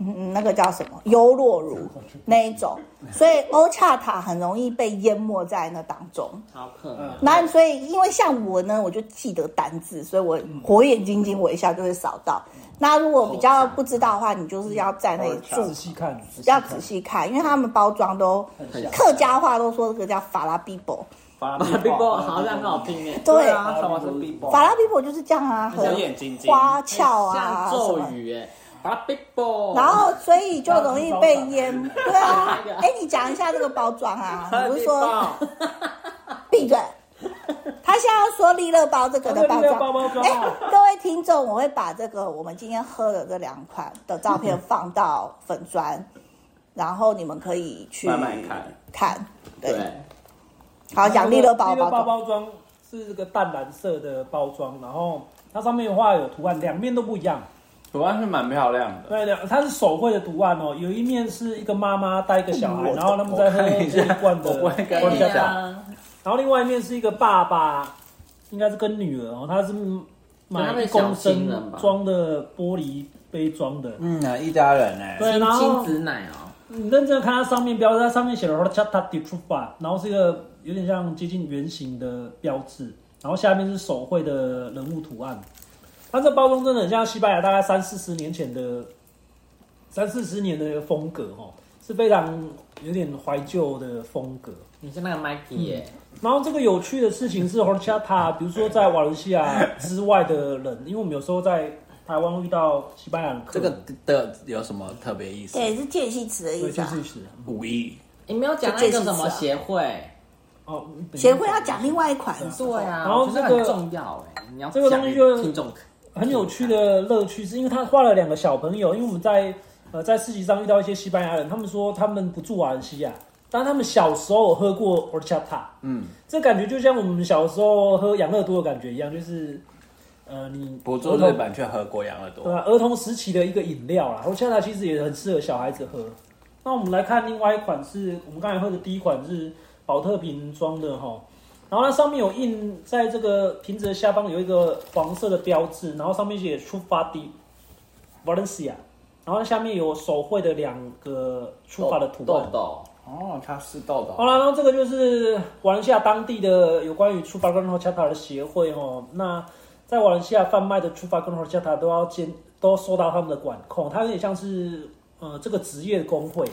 A: 嗯那个叫什么优酪乳那一种，所以欧恰塔很容易被淹没在那当中。
B: 好可能。
A: 那所以，因为像我呢，我就记得单字，所以我火眼金睛，我一下就会扫到。那如果比较不知道的话，你就是要在那里住
C: 仔，细看，仔细
A: 要
C: 看
A: 仔细看，因为他们包装都
C: 很像
A: 客家话都说这个叫法拉比博，
D: 法
B: 啊，Big Boy 好像很好听耶。
A: 对
D: 啊，什么是 b b o
A: 法拉比博就是这样啊，
D: 很像
A: 很
D: 眼睛睛
A: 花俏啊
B: 像
A: 什
B: 咒
A: 么。
B: 语耶，把 Big Boy。
A: 然后，所以就容易被淹。对啊
B: 那个，
A: 哎，你讲一下这个包装啊，
B: Big
A: 你不是说
B: Boy
A: 闭嘴？他现在要说利乐包这个的包
C: 那个
A: 装，
C: 包包装
A: 哎、
C: 啊，
A: 各位听众，我会把这个我们今天喝的这两款的照片放到粉砖，然后你们可以去
D: 慢慢看，
A: 看对，
B: 对，
A: 好，讲利乐包
C: 利乐
A: 包
C: 包
A: 装，
C: 包装是这个淡蓝色的包装，然后它上面的话有图案，两面都不一样。
D: 图案是蛮漂亮的。
C: 对的，它是手绘的图案哦，有一面是一个妈妈带一个小
A: 嗯
C: 孩，
D: 我
C: 然后他们在喝
D: 我看一下
C: 一罐的
D: 我会跟
C: 罐
D: 你
C: 加
D: 讲
C: 茶，然后另外一面是一个爸爸，应该是跟女儿哦，他是买一公升装的玻璃杯装的。
D: 嗯啊，一家人哎，
C: 对，然
B: 亲
C: 后
B: 子奶哦，
C: 你认真看它上面标志，它上面写了 “Horchata de Trufa”，然后是一个有点像接近圆形的标志，然后下面是手绘的人物图案。它这包装真的很像西班牙大概三四十年前的三四十年的风格哦，是非常有点怀旧的风格。
B: 你是那个 Mikey 耶，
A: 嗯
C: 然后这个有趣的事情是 horchata，比如说在瓦伦西亚之外的人，因为我们有时候在台湾遇到西班牙人客
D: 这
C: 人，
D: 个的有什么特别意思？
A: 对，是间隙词的
C: 对
A: 意思、
C: 就
A: 啊。
C: 是是
D: 五一
B: 你没有讲那个什么协会，
C: 哦，等一下
A: 协会要讲另外一款，
C: 对
B: 对啊，
C: 然后
B: 我觉得
C: 这
B: 很
C: 个
B: 重要哎，你要
C: 这个东西就是
B: 讲给听众看，
C: 很有趣的乐趣，是因为他画了两个小朋友，因为我们在呃在市集上遇到一些西班牙人，他们说他们不住瓦伦西亚，但他们小时候有喝过 horchata，
D: 嗯，
C: 这感觉就像我们小时候喝养乐多的感觉一样，就是呃你
D: 不做日本却喝过养乐
C: 对
D: 多，
C: 啊，儿童时期的一个饮料啦，我恰恰其实也很适合小孩子喝。那我们来看另外一款是，我们刚才喝的第一款是宝特瓶装的哈，然后它上面有印，在这个瓶子的下方有一个黄色的标志，然后上面写出发地 Valencia，然后下面有手绘的两个出发的图
B: 豆
C: 案。
B: 豆，
D: 哦，它是豆
C: 好
D: 豆，
C: 了，那这个就是瓦伦西亚当地的有关于出发跟 h o c h a t a 的协会哦。那在瓦伦西亚贩卖的出发跟 h o c h a t a 都要监，都受到他们的管控，它有点像是呃这个职业工会，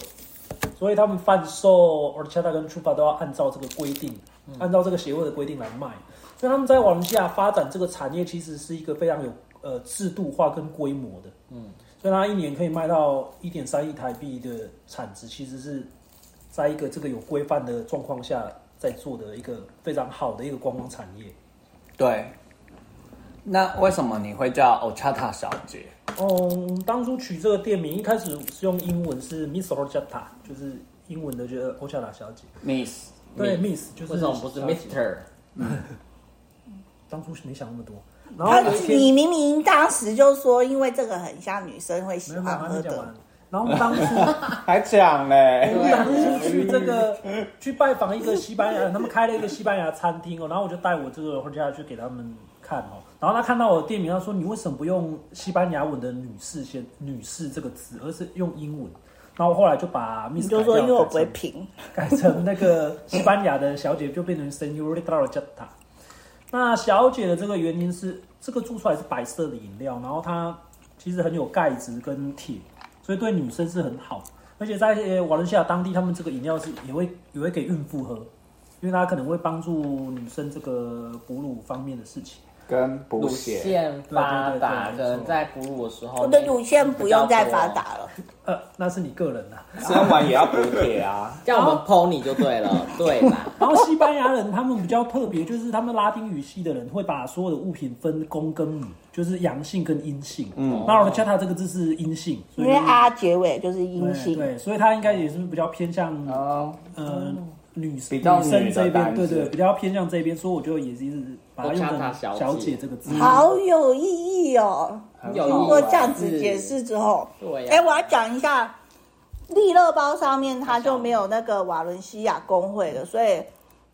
C: 所以他们贩售 h o c h a t a 跟出发都要按照这个规定，按照这个协会的规定来卖。所以他们在瓦伦西亚发展这个产业，其实是一个非常有呃制度化跟规模的。嗯，所以它一年可以卖到一点三亿台币的产值，其实是在一个这个有规范的状况下，在做的一个非常好的一个观光产业。
D: 对。那为什么你会叫 Ochata 小姐？
C: 嗯，当初取这个店名，一开始是用英文是 Miss Orchata，就是英文的就是 Orchata 小姐。
D: Miss，
C: 对，Miss 就是
B: 为什么不是
C: 小姐
B: Mister？
C: 当初是没想那么多。然
A: 他
C: 后有一天，
A: 你明明当时就说，因为这个很像女生会喜
C: 没有没有，
A: 欢
C: 还
A: 喝
C: 没讲
A: 的
C: 完。。然后当初
D: 还讲嘞，
C: 我
A: 啊
C: 当初去这个去拜访一个西班牙人，他们开了一个西班牙餐厅哦，然后我就带我这个回家去给他们看哦。然后他看到我的店名，他说：“你为什么不用西班牙文的女士先女士这个字，而是用英文？”然后我后来就把 Miss
A: 你就说
C: 改掉
A: 因为我不会
C: 改成
A: 拼，
C: 改成那个西班牙的小姐，就变成 Senorita j a t a 那小姐的这个原因是，这个做出来是白色的饮料，然后它其实很有钙质跟铁，所以对女生是很好。而且在呃瓦伦西亚当地，他们这个饮料是也会也会给孕妇喝，因为它可能会帮助女生这个哺乳方面的事情。
D: 跟补
B: 乳
D: 血，
B: 腺发达，
C: 对对对对
B: 可能在哺乳的时候，
A: 我的乳腺不用再发达了。
C: 呃，那是你个人啦、
D: 生完也要补铁啊。
B: 比较多，叫我
A: 哦
B: 们剖你就对 了，对啦，
C: 然后西班牙人他们比较特别，就是他们拉丁语系的人会把所有的物品分公跟母，就是阳性跟阴性。嗯，那我的恰塔这个字是阴性，所
A: 因
C: 以
A: 为阿结尾就是阴
C: 对
A: 性，
C: 对，所以它应该也是比较偏向
D: 哦，
C: 呃女女
D: 比较
C: 生
D: 女的
C: 这边，
D: 单
C: 对
D: 字
C: 对，比较偏向这边，所以我就也是一直把它用成
B: Ochata 小姐
C: 小姐这个字。
A: 好有意义哦。
B: 有
C: 啊
B: 意
A: 经
B: 义
A: 过
B: 吗
A: 这样子解，释之后，
B: 对呀
A: 哎、我要讲一下，利乐包上面它就没有那个瓦伦西亚工会的，所以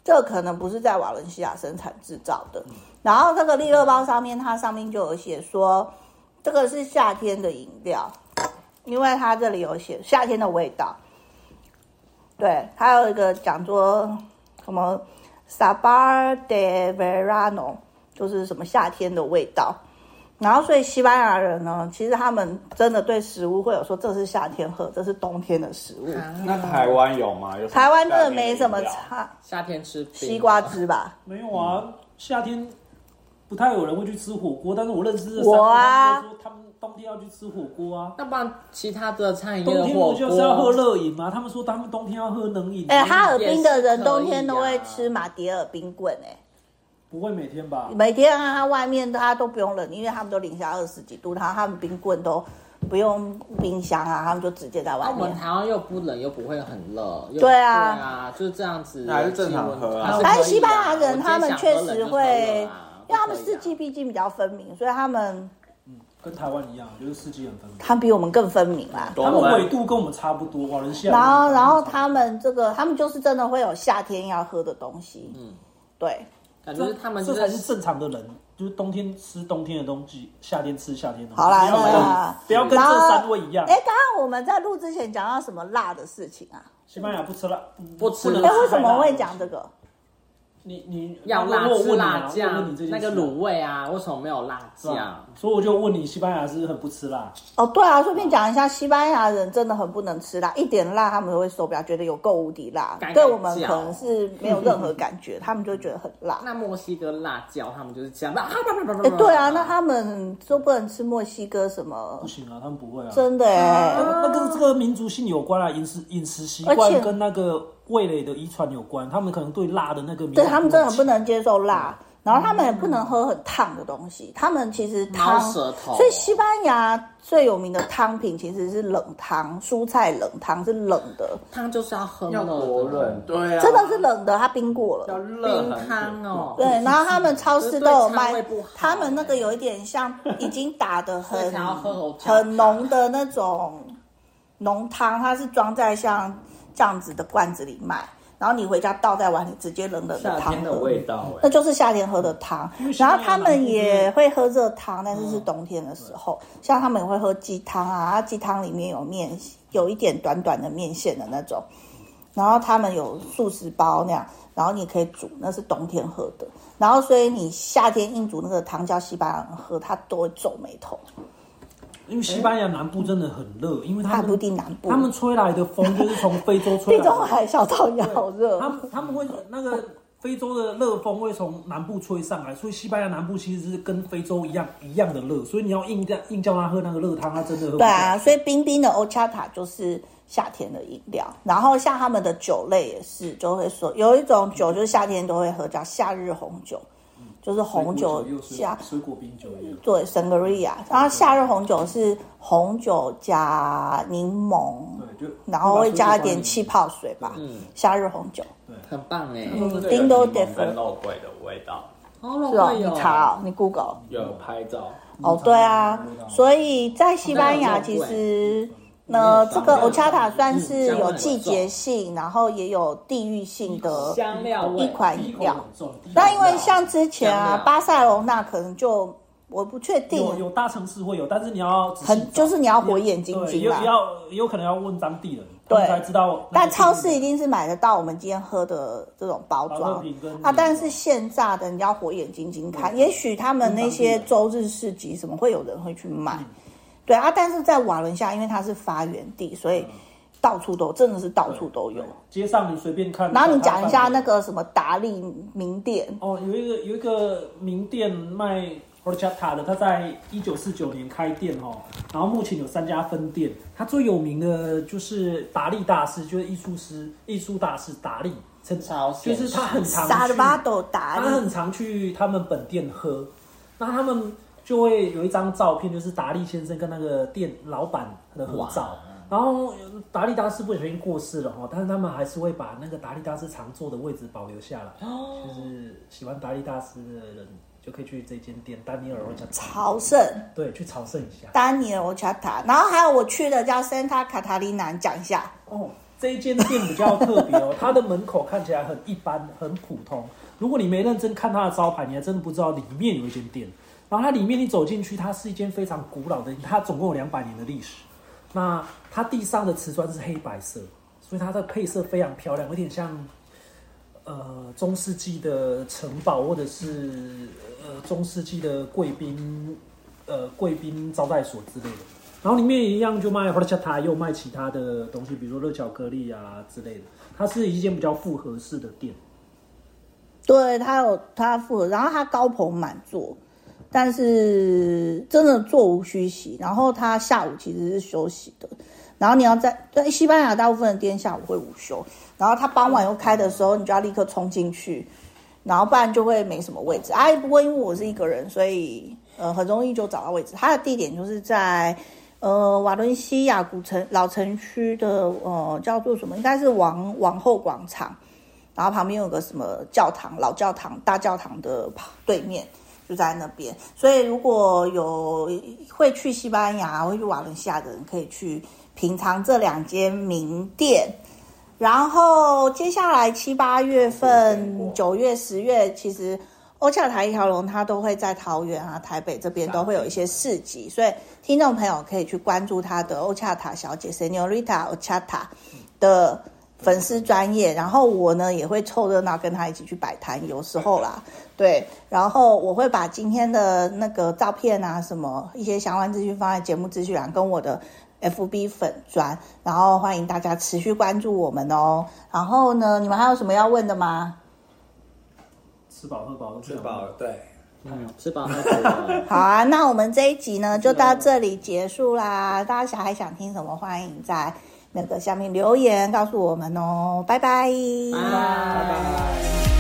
A: 这可能不是在瓦伦西亚生产制造的。然后这个利乐包上面，它上面就有写说，这个是夏天的饮料，因为它这里有写夏天的味道。对，还有一个讲说什么 “Sabar de Verano”，就是什么夏天的味道。然后，所以西班牙人呢，其实他们真的对食物会有说这是夏天喝，这是冬天的食物。
D: 那台湾有吗？有什么
A: 台湾真的没什么
D: 饮料
A: 差，
B: 夏天吃冰
A: 西瓜汁吧？
C: 没有啊，夏天不太有人会去吃火锅，但是我认识的
A: 我啊
C: 啊，说他们冬天要去吃火锅啊。
B: 那不然其他的餐饮业
C: 冬
B: 的
C: 天
B: 火
C: 不就是要喝
B: 锅，
C: 热饮吗？他们说他们冬天要喝冷饮，
A: 哎、哈尔滨的人
B: 也是可以啊
A: 冬天都会吃马迭尔冰棍、
C: 不会每天吧
A: 哎，？每天啊，它外面它都不用冷，因为他们都零下二十几度，然后他们冰棍都不用冰箱啊，他们就直接在
B: 那
A: 外
B: 我们
A: 面。
B: 台湾又不冷又不会很热，又
A: 对啊
B: 啊，就是这样子，
D: 那还是正常喝
B: 气温
D: 啊
A: 哦但
B: 还
A: 是
B: 是
A: 西班牙人他们
B: 可以啊
A: 确实会，因为他们
B: 我
A: 四
B: 今天想喝冷就喝冷啊
A: 季毕竟比较分明，所以他们
C: 跟台湾一样，就是四季很分明。
A: 他们比我们更分明啦。
D: 懂
C: 他
D: 了
C: 们纬度跟我们差不多，瓦伦西亚。
A: 然后，然后他们这个，他们就是真的会有夏天要喝的东西。嗯，对，
B: 感
C: 这
B: 觉他们
C: 这
B: 就
C: 才是正常的人，就是冬天吃冬天的东西，夏天吃夏天的东西。
A: 好啦
C: 不要
A: 那啦
C: 跟不要跟
A: 然后
C: 这三位一样
A: 哎，。刚刚我们在录之前讲到什么辣的事情啊？
C: 西班牙不吃辣，
B: 不吃
C: 能
A: 哎，
B: 辣
A: 为什么会讲这？个？
C: 你你
B: 要辣
C: 我问
B: 吃
C: 你
B: 辣
C: 啊我问
B: 酱
C: 你这，件
B: 那
C: 事啊
B: 个卤味啊，为什么没有辣
C: 是吧
B: 酱？
C: 所以我就问你，西班牙是不是很不吃辣？
A: 哦，对啊，顺便讲一下，西班牙人真的很不能吃辣，一点辣他们都会受不了，觉得有够无敌辣
B: 改改。
A: 对我们
B: 叫
A: 可能是没有任何感觉，他们就觉得很辣。
B: 那墨西哥辣椒他们就是这样，啊啪啪啪啪
A: 哎，
B: 啪
A: 对啊，那他们就不能吃墨西哥什么
C: 不？行啊，他们不会啊。
A: 真的哎，
C: 那跟这个民族性有关啊，饮食饮食习
A: 而且
C: 惯跟那个味蕾的遗传有关，他们可能对辣的那个敏
A: 对
C: 感
A: 他们真的
C: 度
A: 很不能接受辣，然后他们也不能喝很烫的东西，他们其实汤
B: 猫，舌头，
A: 所以西班牙最有名的汤品其实是冷汤，蔬菜冷汤是冷的，
B: 汤就是要喝
D: 要
B: 热
D: 国润，
B: 的，
D: 对啊，
A: 真的是冷的，它冰过
D: 要
A: 了。
D: 热
B: 冰
D: 很
B: 汤
A: 啊
B: 哦，
A: 对，然后他们超市都有卖
B: 这对肠胃不好，
A: 他们那个有一点像已经打的
B: 所
A: 很
B: 以才要喝红茶
A: 很浓的那种浓汤，它是装在像这样子的罐子里卖，然后你回家倒在碗里直接冷冷的
D: 夏
A: 汤
D: 天的
A: 喝。
D: 味道
A: 那
D: 哎，
A: 就是夏天喝的汤
C: 因为，西
A: 然
C: 班
A: 后
C: 牙
A: 他们也会喝热汤，但
C: 嗯
A: 是是冬天的时候，像他们也会喝鸡汤啊，鸡汤里面有面，有一点短短的面线的那种，然后他们有素食包那样，然后你可以煮，那是冬天喝的，然后所以你夏天硬煮那个汤叫西班牙人喝，他都会皱眉头，
C: 因为西班牙南部真的很热，因为
A: 嗯他
C: 他
A: 不一
C: 们
A: 定南部
C: 他，们吹来的风就是从非洲吹
A: 地
C: 来
A: 中
C: 的，
A: 海小岛也好热
C: 他，们他们会那个非洲的热风会从南部吹上来，所以西班牙南部其实是跟非洲一样一样的热，所以你要硬叫硬叫他喝那个热汤，他真的喝不
A: 对
C: 了。
A: 啊，所以冰冰的欧恰塔就是夏天的饮料，然后像他们的酒类也是，就会说有一种酒就是夏天都会喝，叫夏日红酒，就是红
C: 水果
A: 酒
C: 又是
A: 夏
C: 水果冰酒一样。
A: 对 sangria，然后夏日红酒是红酒加柠檬，
C: 对，就
A: 然后会加一点气。
C: 气
A: 泡水吧，
C: 嗯
A: 夏日红酒，
B: 很棒哎，
A: 嗯，冰都得
D: 跟
A: 分，
D: 肉桂的味道，
B: 哦，
A: 是哦，
B: 会
A: 你
B: 有
A: 查哦，你 Google。
D: 有拍照，
A: 哦，对啊，所以在西班牙
B: 那个
A: 其
B: 肉桂
A: 实那
B: 没有
A: 这
B: 香
A: 个
B: 味
A: o c h a t a 算是
B: 香味
A: 有
B: 很
A: 季节
B: 重
A: 性，然后也有地域性的
B: 香料味
A: 一款饮料。
C: 很重。
A: 那因为像之前
B: 香
A: 啊，
B: 料
A: 巴塞隆那可能就我不确
C: 有
A: 定，
C: 有大城市会有，但是你要仔细
A: 啊很
C: 找
A: 就是你要火眼金
C: 对，
A: 睛
C: 也
A: 啦
C: 也。要也有可能要问当地人，
A: 对
C: 他们才知道那
A: 但
C: 个地
A: 超
C: 方
A: 市一定是买得到我们今天喝的这种包
C: 保乐
A: 装
C: 瓶跟
A: 啊，但是现榨的你要火眼金睛看，也许他们那些周日市集什么会有人会去
C: 嗯
A: 买，对啊，但是在瓦伦西亚，因为它是发源地，所以到处都真的是到处都有
C: 嗯对。街上你随便看。
A: 然后你讲一下
C: 看
A: 那个什么达利名店，
C: 哦，有一个有一个名店卖 horchata 的，他在一九四九年开店哦，然后目前有三家分店。他最有名的就是达利大师，就是艺术师、艺术大师达利，真
B: 超
C: 就
B: 现实
C: 是他很
A: 萨
C: 常去啊
A: 尔巴多达
C: 他
A: 利，
C: 很常去他们本店喝，那他们就会有一张照片，就是达利先生跟那个店老板的合照
B: 哇。
C: 然后呃达利大师不小心过世了哦，但是他们还是会把那个达利大师常坐的位置保留下来，就是喜欢达利大师的人就可以去这间店丹尼尔家
A: 朝圣。
C: 对去朝圣一下。
A: 丹尼尔欧恰塔，然后还有我去的叫 Santa Catalina，你讲一下。
C: 哦，这一间店比较特别哦，它的门口看起来很一般，很普通。如果你没认真看它的招牌，你还真的不知道里面有一间店。然后它里面你走进去，它是一间非常古老的，它总共有两百年的历史。那它地上的瓷砖是黑白色，所以它的配色非常漂亮，有点像呃中世纪的城堡，或者是呃中世纪的贵宾呃贵宾招待所之类的。然后里面一样就卖 h o r c h a t a 又卖其他的东西，比如说热巧克力啊之类的。它是一间比较复合式的店，
A: 对他有他复合，然后他高朋满座，但是真的座无虚席。然后他下午其实是休息的，然后你要在对西班牙大部分的店下午会午休，然后他傍晚又开的时候，你就要立刻冲进去，然后不然就会没什么位置。哎、不过因为我是一个人，所以呃很容易就找到位置。它的地点就是在。呃，瓦伦西亚古城老城区的呃叫做什么？应该是王王后广场，然后旁边有个什么教堂，老教堂、大教堂的对面，就在那边。所以如果有会去西班牙、会去瓦伦西亚的人，可以去品尝这两间名店。然后接下来七八月份、九月、十月，其实欧恰台一条龙它都会在桃园啊、台北这边都会有一些市集，所以听众朋友可以去关注它的欧恰塔小姐 Senorita Ochata 的粉丝专业，然后我呢也会凑热闹跟他一起去摆摊，有时候啦，对，然后我会把今天的那个照片啊，什么一些相关资讯放在节目资讯栏跟我的 FB 粉专，然后欢迎大家持续关注我们哦。然后呢，你们还有什么要问的吗？
C: 吃饱喝饱，
D: 吃饱了，对，
B: 嗯，吃饱喝足 了，
A: 好 啊，那我们这一集呢就到这里结束啦。大家想还想听什么，欢迎在那个下面留言告诉我们哦。拜拜，
B: 拜拜。